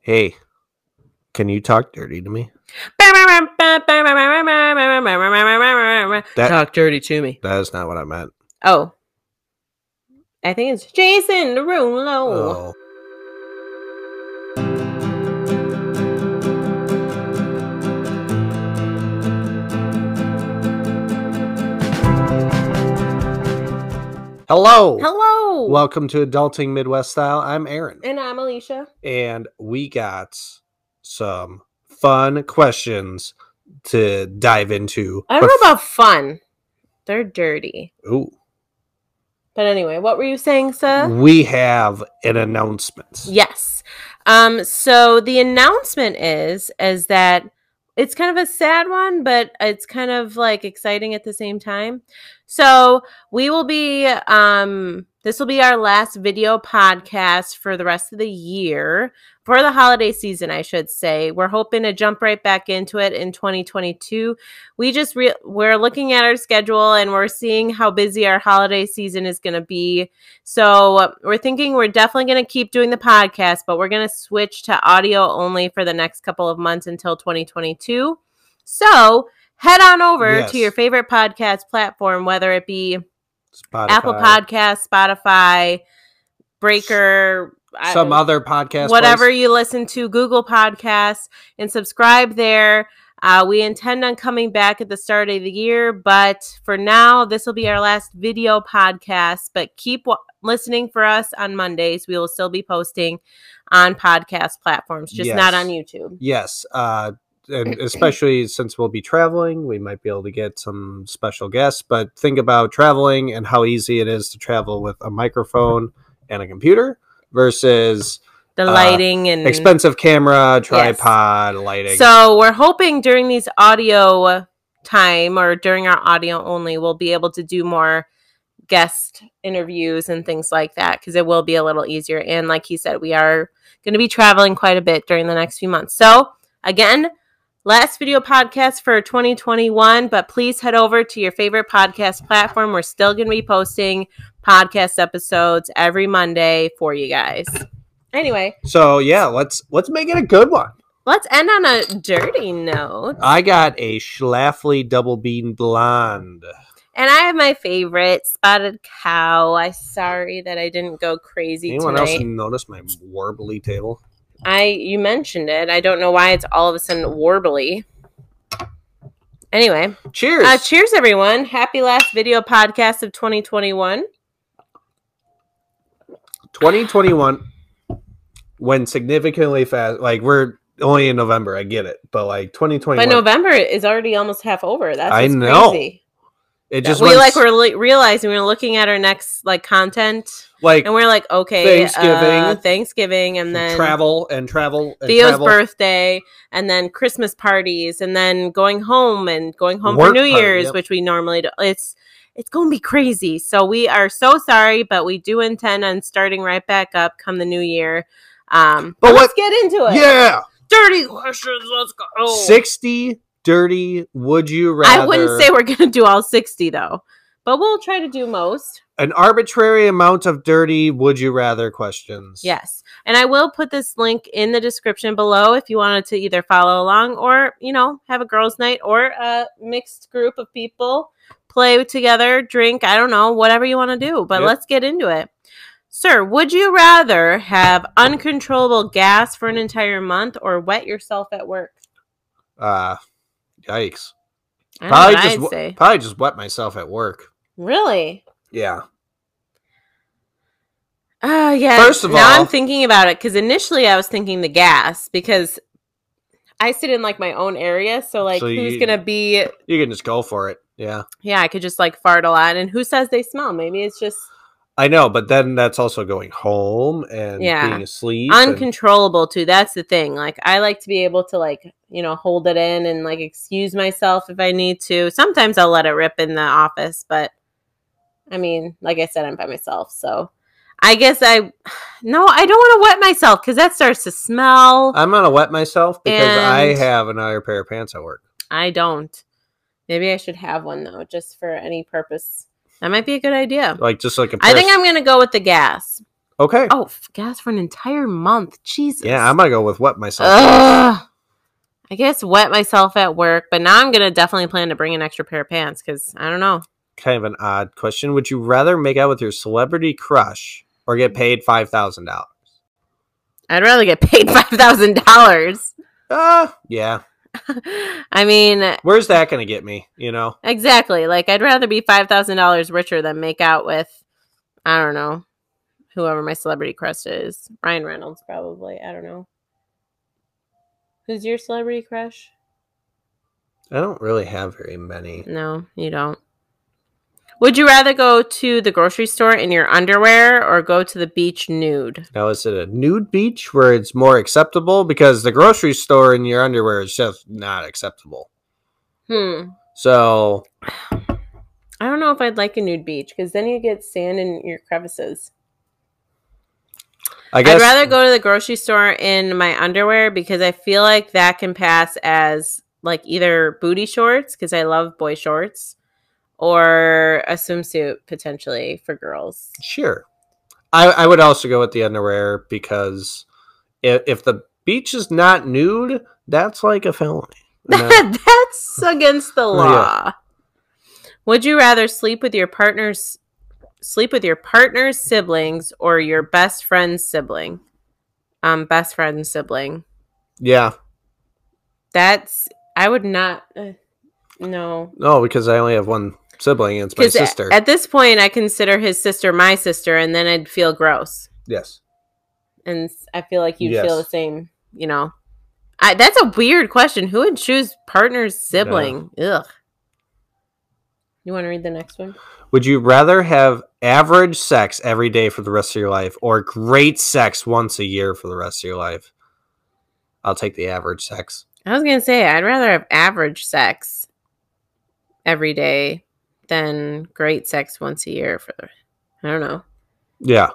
Hey, can you talk dirty to me? That- Talk dirty to me. That is not what I meant. Oh. I think it's Jason Derulo. Oh. Oh. Hello. Hello. Eh. Welcome to Adulting Midwest Style. I'm Aaron. and I'm Alicia. and we got some fun questions to dive into. I don't know about fun. They're dirty. Ooh, But anyway, what were you saying, sir? we have an announcement. Yes. Um, so the announcement is is that it's kind of a sad one, but it's kind of like exciting at the same time. So we will be um this will be our last video podcast for the rest of the year for the holiday season i should say we're hoping to jump right back into it in 2022 we just re- we're looking at our schedule and we're seeing how busy our holiday season is going to be so uh, we're thinking we're definitely going to keep doing the podcast but we're going to switch to audio only for the next couple of months until 2022 so head on over Yes. to your favorite podcast platform whether it be Spotify, Apple Podcast, Spotify, Breaker, I- some other podcast, whatever place. you listen to, Google Podcasts, and subscribe there. Uh, we intend on coming back at the start of the year, but for now, this will be our last video podcast. But keep wa listening for us on Mondays. We will still be posting on podcast platforms, just not Yes. on YouTube. Yes, uh, and especially since we'll be traveling, we might be able to get some special guests. But think about traveling and how easy it is to travel with a microphone and a computer versus The Uh, lighting and expensive camera, tripod, lighting. Mm-hmm. So we're hoping during these audio time or during our audio only, we'll be able to do more guest interviews and things like that because it will be a little easier. And like he said, we are going to be traveling quite a bit during the next few months. So again, last video podcast for 2021, but please head over to your favorite podcast platform. We're still going to be posting podcast episodes every Monday for you guys. Anyway, so yeah, let's let's make it a good one. let's end on a dirty note. I got a Schlafly double bean blonde. And I have my favorite, Spotted Cow. I'm sorry that I didn't go crazy Anyone tonight. else notice my warbly table? I you mentioned it. I don't know why it's all of a sudden warbly. Anyway, Cheers. uh, cheers everyone. Happy last video podcast of 2021. 2021 when significantly fast like we're only in November, I get it. But like 2021 But November is already almost half over. That's I what's know. crazy. it just we went like we're li- realizing we're looking at our next like content like and we're like okay, Thanksgiving. uh, Thanksgiving and then travel and travel and Theo's travel. birthday, and then Christmas parties, and then going home and going home Work for New party, Year's, yep. which we normally do. It's it's going to be crazy. So we are so sorry, but we do intend on starting right back up come the new year. Um, But but what- let's get into it. yeah. dirty questions. Let's go. 60 dirty would you rather oh. I wouldn't say we're going to do all sixty though, but we'll try to do most. an arbitrary amount of dirty would you rather questions. Yes. And I will put this link in the description below if you wanted to either follow along or, you know, have a girls' night or a mixed group of people play together, drink, I don't know, whatever you want to do. But Yep. let's get into it. Sir, would you rather have uncontrollable gas for an entire month or wet yourself at work? Uh yikes. I don't know Probably what just I'd wa- say. probably just wet myself at work. Really? Yeah. Oh, yeah. First of now all- I'm thinking about it because initially I was thinking the gas because I sit in like my own area. So, like, So who's you- going to be You can just go for it. Yeah. Yeah, I could just like fart a lot. And who says they smell? Maybe it's just I know, but then that's also going home and Yeah. being asleep. and- uncontrollable too. That's the thing. Like I like to be able to like, you know, hold it in and like excuse myself if I need to. Sometimes I'll let it rip in the office, but I mean, like I said, I'm by myself, so I guess I no, I don't want to wet myself because that starts to smell. I'm gonna wet myself because I And- have another pair of pants at work. I don't. Maybe I should have one though, just for any purpose. That might be a good idea. Like just like a pair I think I'm gonna go with the gas. Okay. Oh, f- gas for an entire month. Jesus. Yeah, I'm gonna go with wet myself. Ugh. I guess wet myself at work, but now I'm gonna definitely plan to bring an extra pair of pants because I don't know. Kind of an odd question. Would you rather make out with your celebrity crush or get paid five thousand dollars? I'd rather get paid five thousand dollars. Ah, yeah. I mean, Where's that gonna get me? You know. exactly. Like I'd rather be five thousand dollars richer than make out with, I don't know, whoever my celebrity crush is. Ryan Reynolds, probably. I don't know. Who's your celebrity crush? I don't really have very many. No, you don't. Would you rather go to the grocery store in your underwear or go to the beach nude? Now, is it a nude beach where it's more acceptable? Because the grocery store in your underwear is just not acceptable. Hmm. So, I don't know if I'd like a nude beach because then you get sand in your crevices. I guess I'd rather go to the grocery store in my underwear because I feel like that can pass as like either booty shorts because I love boy shorts or a swimsuit potentially for girls. Sure. I, I would also go with the underwear because if, if the beach is not nude, that's like a felony. And that- That's against the yeah. law. Would you rather sleep with your partner's sleep with your partner's siblings or your best friend's sibling? Um best friend's sibling. yeah. That's I would not uh, no. No, because I only have one sibling and it's my Because sister. at this point, I consider his sister my sister, and then I'd feel gross, yes. and s- I feel like you'd feel the Yes. same. You know, I, that's a weird question. Who would choose partner's sibling? Ugh. You want to read the next one? Would you rather have average sex every day for the rest of your life or great sex once a year for the rest of your life? I'll take the average sex. I was gonna say I'd rather have average sex every day than great sex once a year for the. I don't know. Yeah.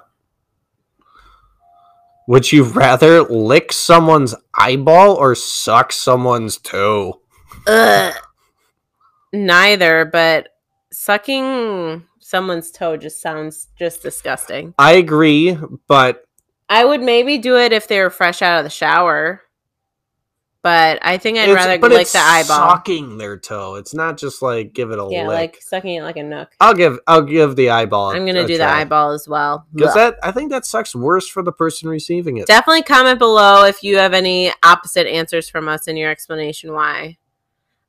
Would you rather lick someone's eyeball or suck someone's toe? Ugh. Neither, but sucking someone's toe just sounds just disgusting. I agree, but I would maybe do it if they were fresh out of the shower. But I think I'd it's- rather but lick it's the eyeball. Sucking their toe. It's not just like give it a yeah, lick. like sucking it like a nook. I'll give I'll give the eyeball. I'm gonna do the eyeball as well. Because Ugh. that I think that sucks worse for the person receiving it. Definitely comment below if you have any opposite answers from us and your explanation why.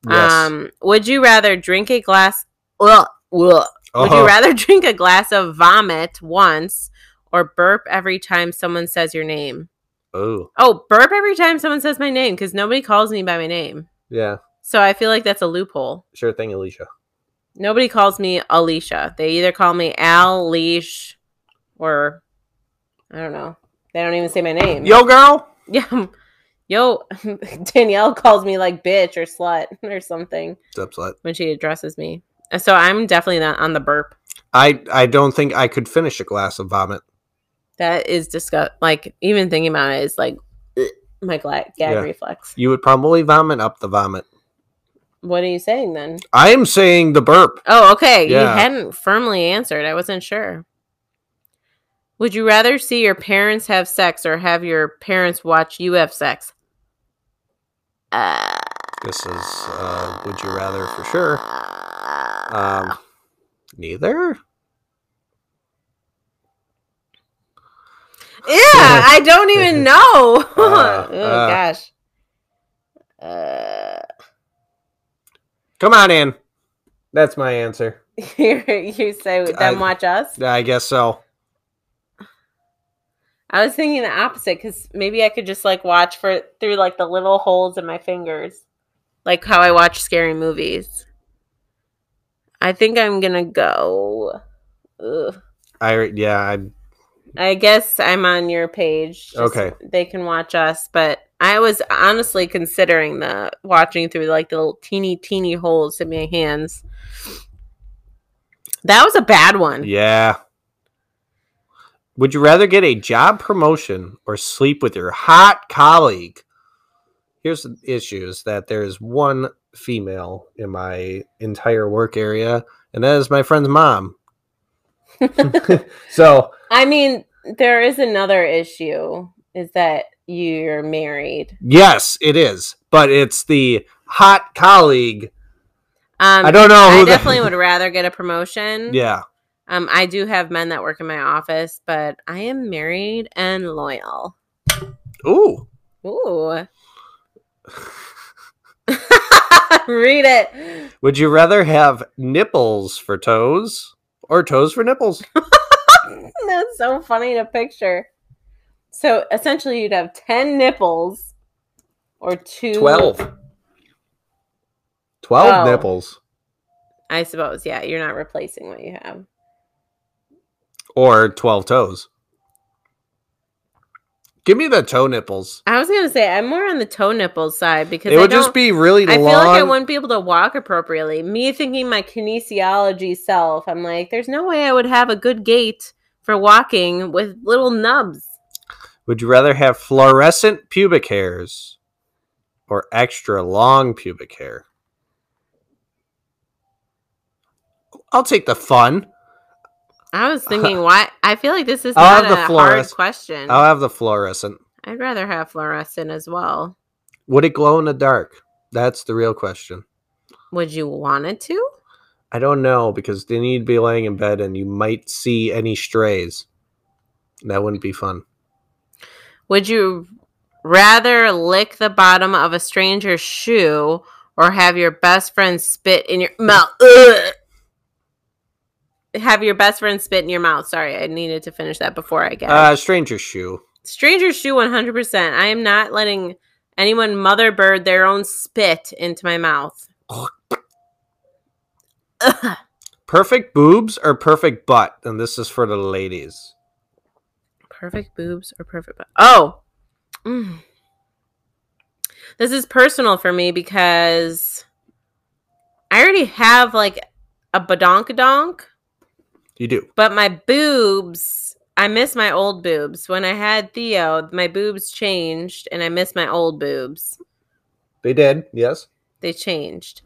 yes. Um, would you rather drink a glass? Ugh, ugh. Would Oh, you rather drink a glass of vomit once or burp every time someone says your name? oh, Oh, burp every time someone says my name because nobody calls me by my name. yeah, So I feel like that's a loophole. sure thing, Alicia. Nobody calls me Alicia. They either call me Al, Leash, or I don't know. They don't even say my name. Yo, girl. Yeah. Yo, Danielle calls me like bitch or slut or something Upset. when she addresses me. So I'm definitely not on the burp. I I don't think I could finish a glass of vomit. That is disgust. Like even thinking about it is like ugh, my gla- gag Yeah. reflex. You would probably vomit up the vomit. What are you saying then? I am saying the burp. Oh, okay. Yeah. You hadn't firmly answered. I wasn't sure. Would you rather see your parents have sex or have your parents watch you have sex? Uh, This is uh, would you rather for sure. Um, neither. yeah, I don't even know. Uh, oh uh. gosh. Uh, Come on in. That's my answer. you say them I- watch us? I guess so. I was thinking the opposite because maybe I could just like watch for through like the little holes in my fingers, like how I watch scary movies. I think I'm gonna go. Ugh. I yeah, I I guess I'm on your page. just Okay. they can watch us, but I was honestly considering the watching through like the little teeny teeny holes in my hands. That was a bad one. yeah. Would you rather get a job promotion or sleep with your hot colleague? Here's the issue is that there is one female in my entire work area, and that is my friend's mom. so I mean, there is another issue is that you're married. Yes, it is. But it's the hot colleague. Um, I don't know I who the- definitely would rather get a promotion. Yeah. Um, I do have men that work in my office, but I am married and loyal. Ooh. Ooh. Read it. Would you rather have nipples for toes or toes for nipples? That's so funny to picture. So essentially, you'd have 10 nipples or two. 12. 12 Oh. nipples I suppose. Yeah, you're not replacing what you have. or 12 toes. Give me the toe nipples. I was going to say, I'm more on the toe nipples side because It I would just don't- be really long. I feel like I wouldn't be able to walk appropriately. Me thinking my kinesiology self, I'm like, there's no way I would have a good gait for walking with little nubs. Would you rather have fluorescent pubic hairs or extra long pubic hair? I'll take the fun. I was thinking, why? I feel like this is I'll not have the a hard fluorescent- question. I'll have the fluorescent. I'd rather have fluorescent as well. Would it glow in the dark? That's the real question. Would you want it to? I don't know because then you'd be laying in bed and you might see any strays. That wouldn't be fun. Would you rather lick the bottom of a stranger's shoe or have your best friend spit in your mouth? Ugh. Have your best friend spit in your mouth. Sorry, I needed to finish that before I get Uh, stranger shoe. stranger's shoe 100%. I am not letting anyone mother bird their own spit into my mouth. Ugh. Perfect boobs or perfect butt? And this is for the ladies. Perfect boobs or perfect butt? Oh, Mm. this is personal for me because I already have like a badonkadonk, You do. but my boobs. I miss my old boobs. When I had Theo, my boobs changed, and I miss my old boobs. They did. Yes. They changed.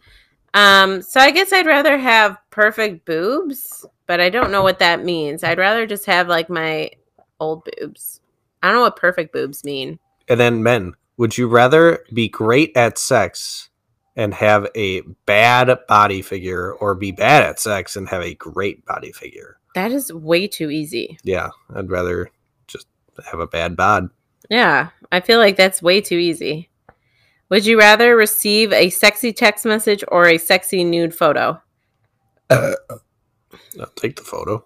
Um, so I guess I'd rather have perfect boobs, but I don't know what that means. I'd rather just have like my old boobs. I don't know what perfect boobs mean. And then men, would you rather be great at sex and have a bad body figure or be bad at sex and have a great body figure? That is way too easy. Yeah, I'd rather just have a bad bod. Yeah, I feel like that's way too easy. Would you rather receive a sexy text message or a sexy nude photo? I'll take the photo.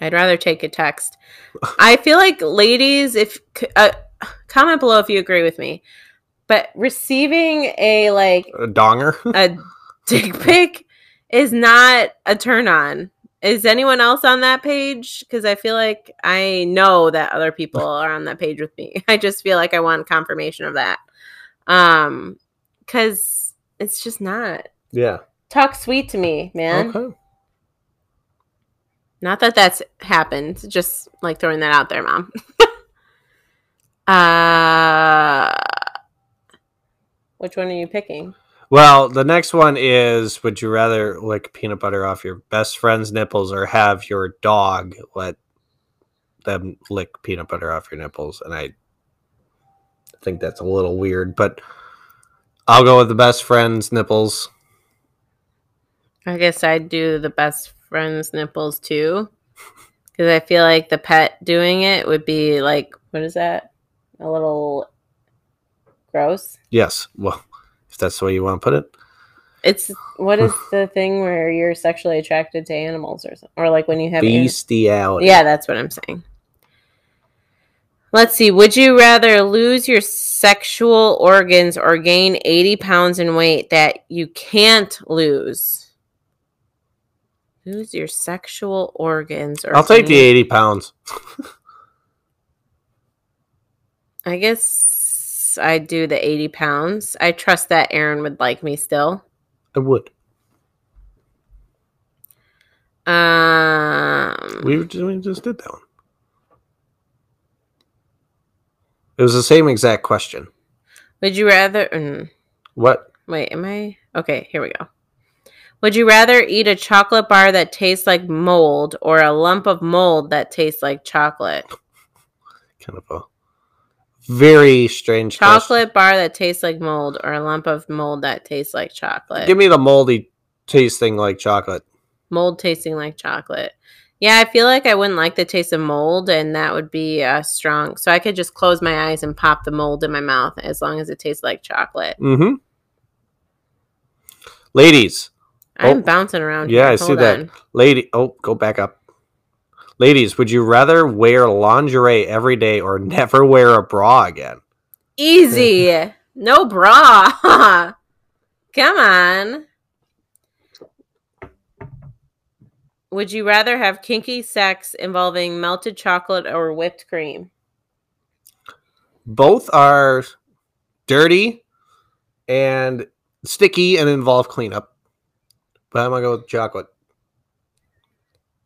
I'd rather take a text. I feel like ladies, if c- uh, comment below if you agree with me, but receiving a like A donger? a dick pic is not a turn on. Is anyone else on that page? Because I feel like I know that other people are on that page with me. I just feel like I want confirmation of that. Um, because it's just not. yeah. Talk sweet to me, man. Okay. Not that that's happened. Just like throwing that out there, mom. uh, which one are you picking? Well, the next one is would you rather lick peanut butter off your best friend's nipples or have your dog let them lick peanut butter off your nipples? And I think that's a little weird, but I'll go with the best friend's nipples. I guess I'd do the best friend's nipples too. Because I feel like the pet doing it would be like, what is that? A little gross. Yes. Well, if that's the way you want to put it. It's what is the thing where you're sexually attracted to animals or something? Or like when you have. an- Bestiality. yeah, that's what I'm saying. Let's see. Would you rather lose your sexual organs or gain 80 pounds in weight that you can't lose? Lose your sexual organs or I'll take the gain- 80 pounds. I guess I do the 80 pounds. I trust that Aaron would like me still. I would. Um, We, were just, we just did that one. It was the same exact question. would you rather? mm, What? wait, am I okay? Here we go. Would you rather eat a chocolate bar that tastes like mold or a lump of mold that tastes like chocolate? kind of a very strange question. Chocolate bar that tastes like mold, or a lump of mold that tastes like chocolate. Give me the moldy tasting like chocolate. mold tasting like chocolate. Yeah, I feel like I wouldn't like the taste of mold, and that would be uh, strong. So I could just close my eyes and pop the mold in my mouth as long as it tastes like chocolate. Mm-hmm. Ladies, I'm Oh. bouncing around. Yeah, here. I see that. on. lady, oh, go back up. Ladies, would you rather wear lingerie every day or never wear a bra again? Easy. no bra. Come on. Would you rather have kinky sex involving melted chocolate or whipped cream? Both are dirty and sticky and involve cleanup. But I'm gonna go with chocolate.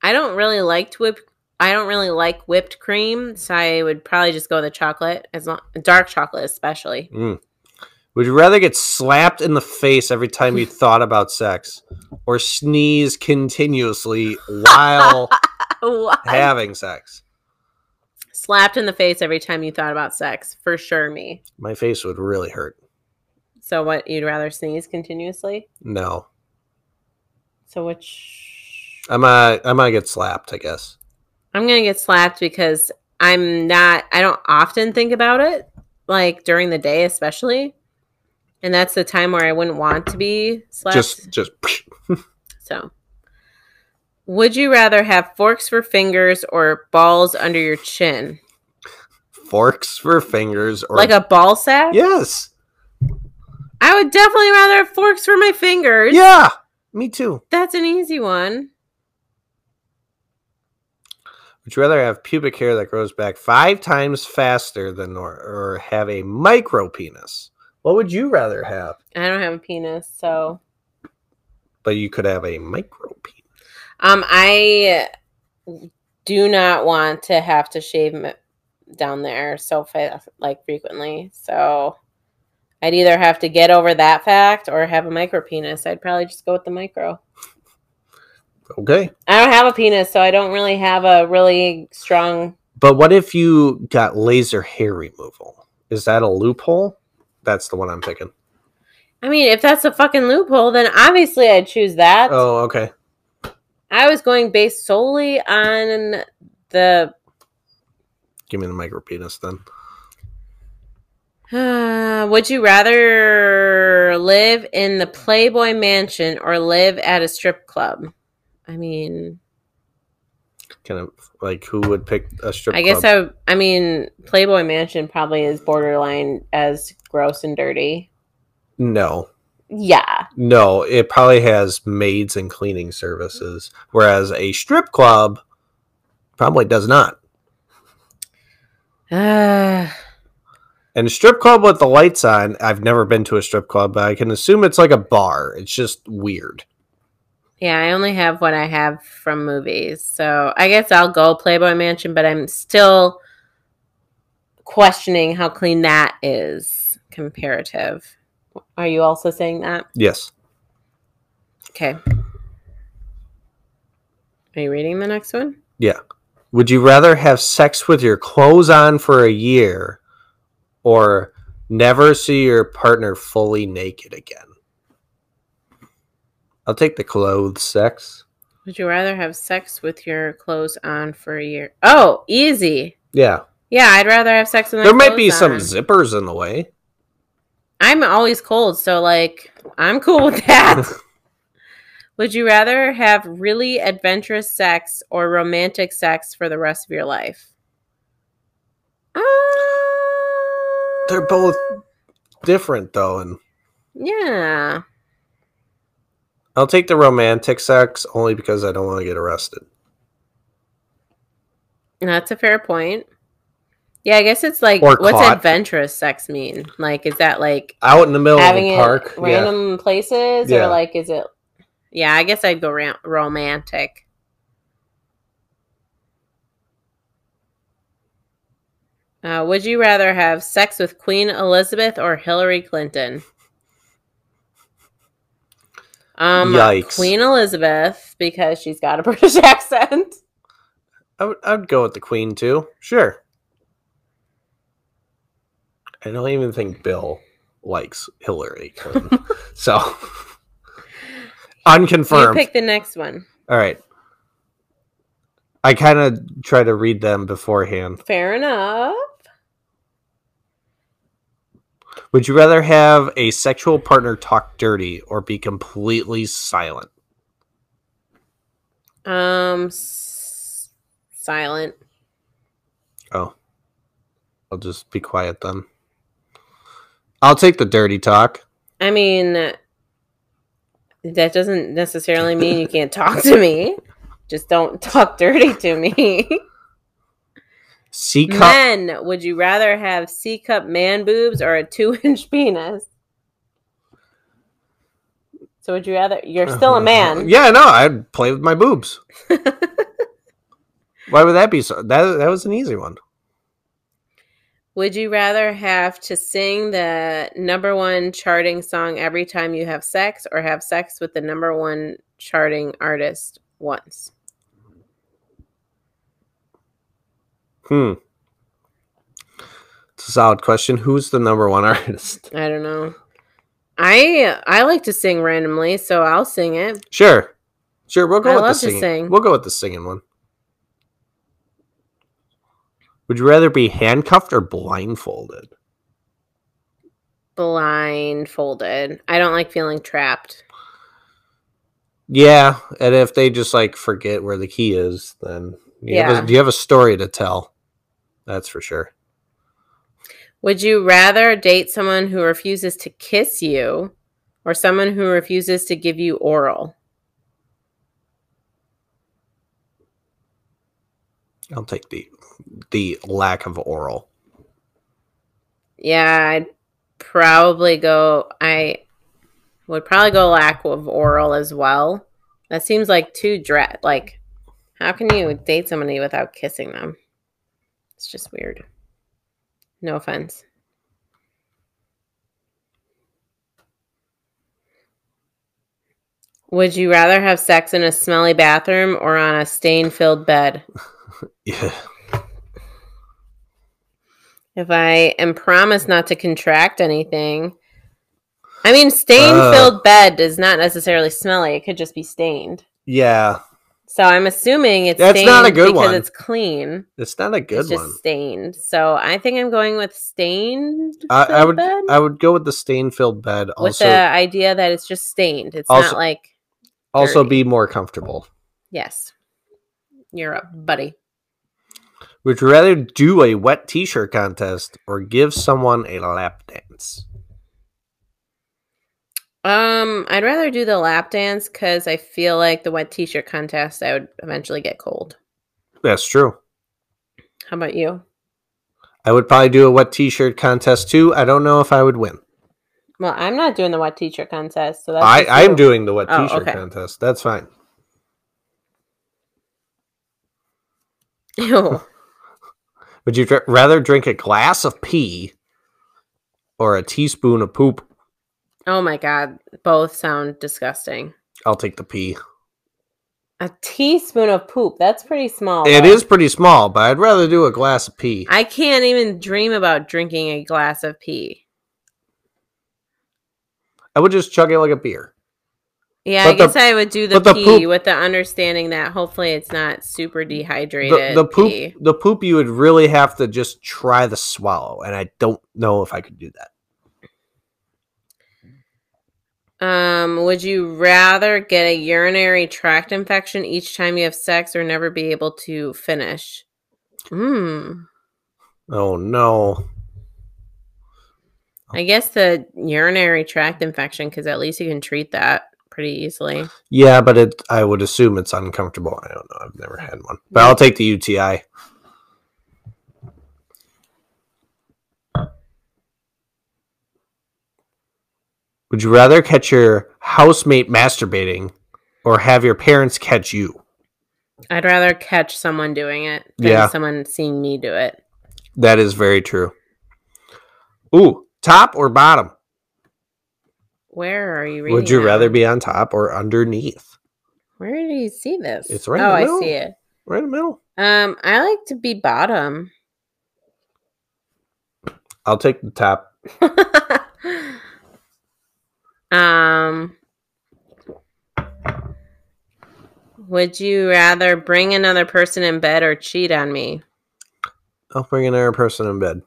I don't really like whipped. I don't really like whipped cream, so I would probably just go with the chocolate, as long, dark chocolate especially. Mm. Would you rather get slapped in the face every time you thought about sex or sneeze continuously while What? having sex? Slapped in the face every time you thought about sex, for sure. Me. My face would really hurt. So what? You'd rather sneeze continuously? No. So which? I might I might get slapped, I guess. I'm gonna get slapped because I'm not. I don't often think about it, like during the day, especially. And that's the time where I wouldn't want to be slapped. Just just So, would you rather have forks for fingers or balls under your chin, forks for fingers or like a ball sack? Yes. I would definitely rather have forks for my fingers. Yeah. Me too. That's an easy one. Would you rather have pubic hair that grows back five times faster than nor or have a micro penis? What would you rather have? I don't have a penis, so But you could have a micro penis. um, I do not want to have to shave m- down there so fa- like frequently. So I'd either have to get over that fact or have a micro penis. I'd probably just go with the micro. Okay. I don't have a penis, so I don't really have a really strong. But what if you got laser hair removal? Is that a loophole? That's the one I'm picking. I mean, if that's a fucking loophole, then obviously I'd choose that. Oh, okay. I was going based solely on the. Give me the micro penis then. Uh, would you rather live in the Playboy Mansion or live at a strip club? I mean, Kind of like who would pick a strip I guess club? I. I mean, Playboy Mansion probably is borderline as gross and dirty. no. Yeah, No, it probably has maids and cleaning services, whereas a strip club probably does not. uh, And a strip club with the lights on, I've never been to a strip club, but I can assume it's like a bar. It's just weird. yeah. I only have what I have from movies, so I guess I'll go Playboy Mansion. But I'm still questioning how clean that is comparative. Are you also saying that? Yes. Okay. Are you reading the next one? Would you rather have sex with your clothes on for a year or never see your partner fully naked again? I'll take the clothes sex. Would you rather have sex with your clothes on for a year? Oh, easy. Yeah. Yeah, I'd rather have sex with my There might be clothes some on. zippers in the way. I'm always cold, so like I'm cool with that. Would you rather have really adventurous sex or romantic sex for the rest of your life? Uh, They're both different though and Um, Yeah. i'll take the romantic sex only because i don't want to get arrested That's a fair point. Yeah, I guess it's like Or what's caught. adventurous sex mean? Like is that like out in the middle having of it a Oh, park yeah random places Yeah. or like is it Yeah, I guess I'd go ram- romantic. Uh, would you rather have sex with Queen Elizabeth or Hillary Clinton? Um, Yikes. Queen Elizabeth because she's got a British accent. I would, I would go with the queen too sure I don't even think Bill likes Hillary Clinton. so You unconfirmed. pick the next one. All right. I kind of try to read them beforehand. Fair enough. Would you rather have a sexual partner talk dirty or be completely silent? Um, s- silent. Oh. I'll just be quiet then. I'll take the dirty talk. I mean, that doesn't necessarily mean you can't talk to me. Just don't talk dirty to me. C cup. Men, would you rather have C cup man boobs or a two inch penis? So would you rather? You're still a man. Yeah, no, I'd play with my boobs. Why would that be so? That that was an easy one. Would you rather have to sing the number one charting song every time you have sex or have sex with the number one charting artist once? Hmm. It's a solid question. Who's the number one artist? I don't know. I I like to sing randomly, so I'll sing it. Sure, sure. We'll go I with the love to singing. sing. We'll go with the singing one. Would you rather be handcuffed or blindfolded? Blindfolded. I don't like feeling trapped. Yeah, and if they just like forget where the key is, then you Yeah. have a, you have a story to tell. That's for sure. Would you rather date someone who refuses to kiss you or someone who refuses to give you oral? I'll take the the lack of oral. Yeah, I'd probably go. I would probably go lack of oral as well. That seems like too dra Like, how can you date somebody without kissing them? It's just weird. No offense. Would you rather have sex in a smelly bathroom or on a stain filled bed? Yeah. If I am promised not to contract anything, I mean, stain filled Uh. bed is not necessarily smelly. It could just be stained. Yeah. So I'm assuming it's That's stained not a good because one. it's clean. It's not a good it's just one. stained. So I think I'm going with stained. I, I filled would bed I would go with the stain filled bed with also the idea that it's just stained. It's Also- not like also dirty. be more comfortable. yes, you're up, buddy. Would you rather do a wet t shirt contest or give someone a lap dance? Um, I'd rather do the lap dance because I feel like the wet t-shirt contest I would eventually get cold. That's true. How about you? I would probably do a wet t shirt contest too. I don't know if I would win. Well, I'm not doing the wet t-shirt contest, so that's I, just I am you. doing the wet Oh, t shirt okay. contest. That's fine. Ew. Would you dr- rather drink a glass of pee or a teaspoon of poop? Oh my god, both sound disgusting. I'll take the pee. A teaspoon of poop. That's pretty small. It though. is pretty small, but I'd rather do a glass of pee. I can't even dream about drinking a glass of pee. I would just chug it like a beer. Yeah, I But the- guess I would do the but the pee poop- with the understanding that hopefully it's not super the, dehydrated. the poop pee. the poop you would really have to just try to swallow and i don't know if i could do that Um, would you rather get a urinary tract infection each time you have sex or never be able to finish? Hmm. oh no Oh. I guess the urinary tract infection, because at least you can treat that pretty easily. yeah but it i would assume it's uncomfortable i don't know i've never had one but Yeah. i'll take the uti would you rather catch your housemate masturbating or have your parents catch you I'd rather catch someone doing it than Yeah. someone seeing me do it. that is very true ooh top or bottom Where are you reading? Would you that? rather be on top or underneath? Where do you see this? It's right in Oh, the I middle. see it. Right in the middle. Um, I like to be bottom. I'll take the top. um, would you rather bring another person in bed or cheat on me? I'll bring another person in bed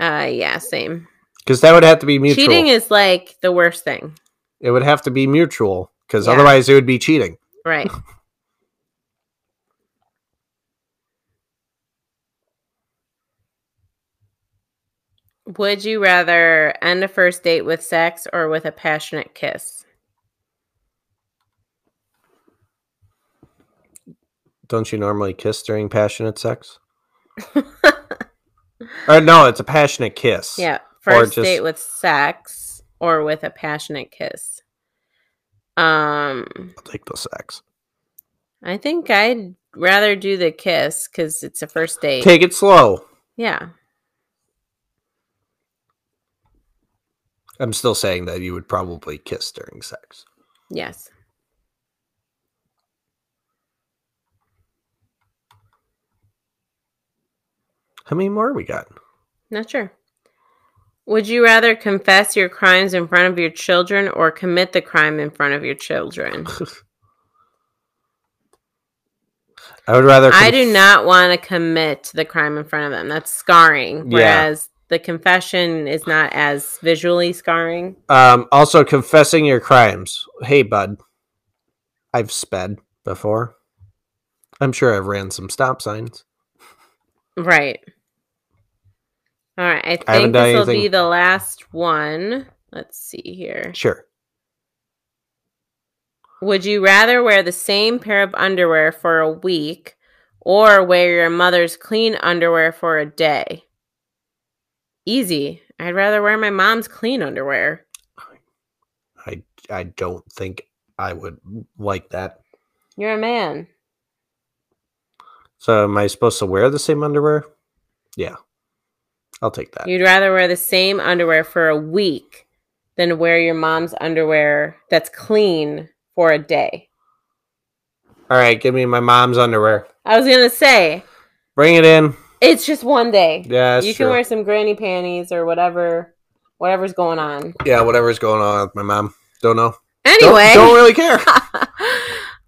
Uh, yeah, same. because that would have to be mutual. Cheating is like the worst thing, it would have to be mutual because Yeah. otherwise it would be cheating. right? Would you rather end a first date with sex or with a passionate kiss? Don't you normally kiss during passionate sex? Or no, it's a passionate kiss. Yeah, Or first just- date with sex or with a passionate kiss. Um, I'll take the sex. I think I'd rather do the kiss because it's a first date. Take it slow. yeah, I'm still saying that you would probably kiss during sex. yes. How many more we got? Not sure. Would you rather confess your crimes in front of your children or commit the crime in front of your children? I would rather. I conf- do not want to commit the crime in front of them. That's scarring. Yeah. Whereas the confession is not as visually scarring. Um, also, confessing your crimes. Hey, bud. I've sped before. I'm sure I've ran some stop signs. Right. All right. I I haven't done think this will be anything- the last one. Let's see here. Sure. Would you rather wear the same pair of underwear for a week or wear your mother's clean underwear for a day? Easy. I'd rather wear my mom's clean underwear. I I don't think I would like that. You're a man. So, am I supposed to wear the same underwear? Yeah, I'll take that. You'd rather wear the same underwear for a week than wear your mom's underwear that's clean for a day. All right, give me my mom's underwear. I was going to say, Bring it in. it's just one day. Yeah, that's you true. can wear some granny panties or whatever, whatever's going on. yeah, whatever's going on with my mom. Don't know. Don't- Anyway, don't really care.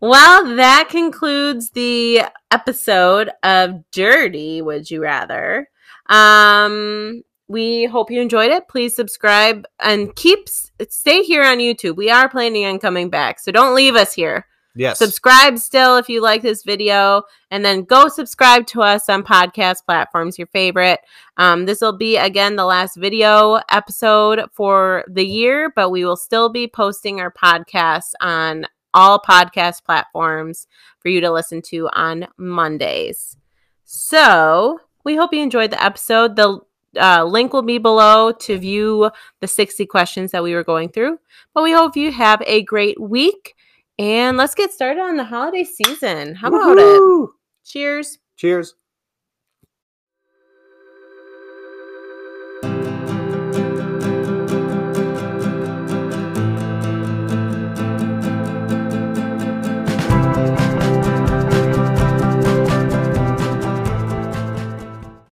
well, that concludes the episode of Dirty Would You Rather. Um, we hope you enjoyed it. Please subscribe and keep s- stay here on YouTube. We are planning on coming back, so don't leave us here. Yes. Subscribe still if you like this video, and then go subscribe to us on podcast platforms, your favorite. Um, this will be again the last video episode for the year, but we will still be posting our podcasts on all podcast platforms for you to listen to on Mondays. So we hope you enjoyed the episode. The uh, link will be below to view the 60 questions that we were going through. But we hope you have a great week. And let's get started on the holiday season. How about it? Woohoo! Cheers. Cheers.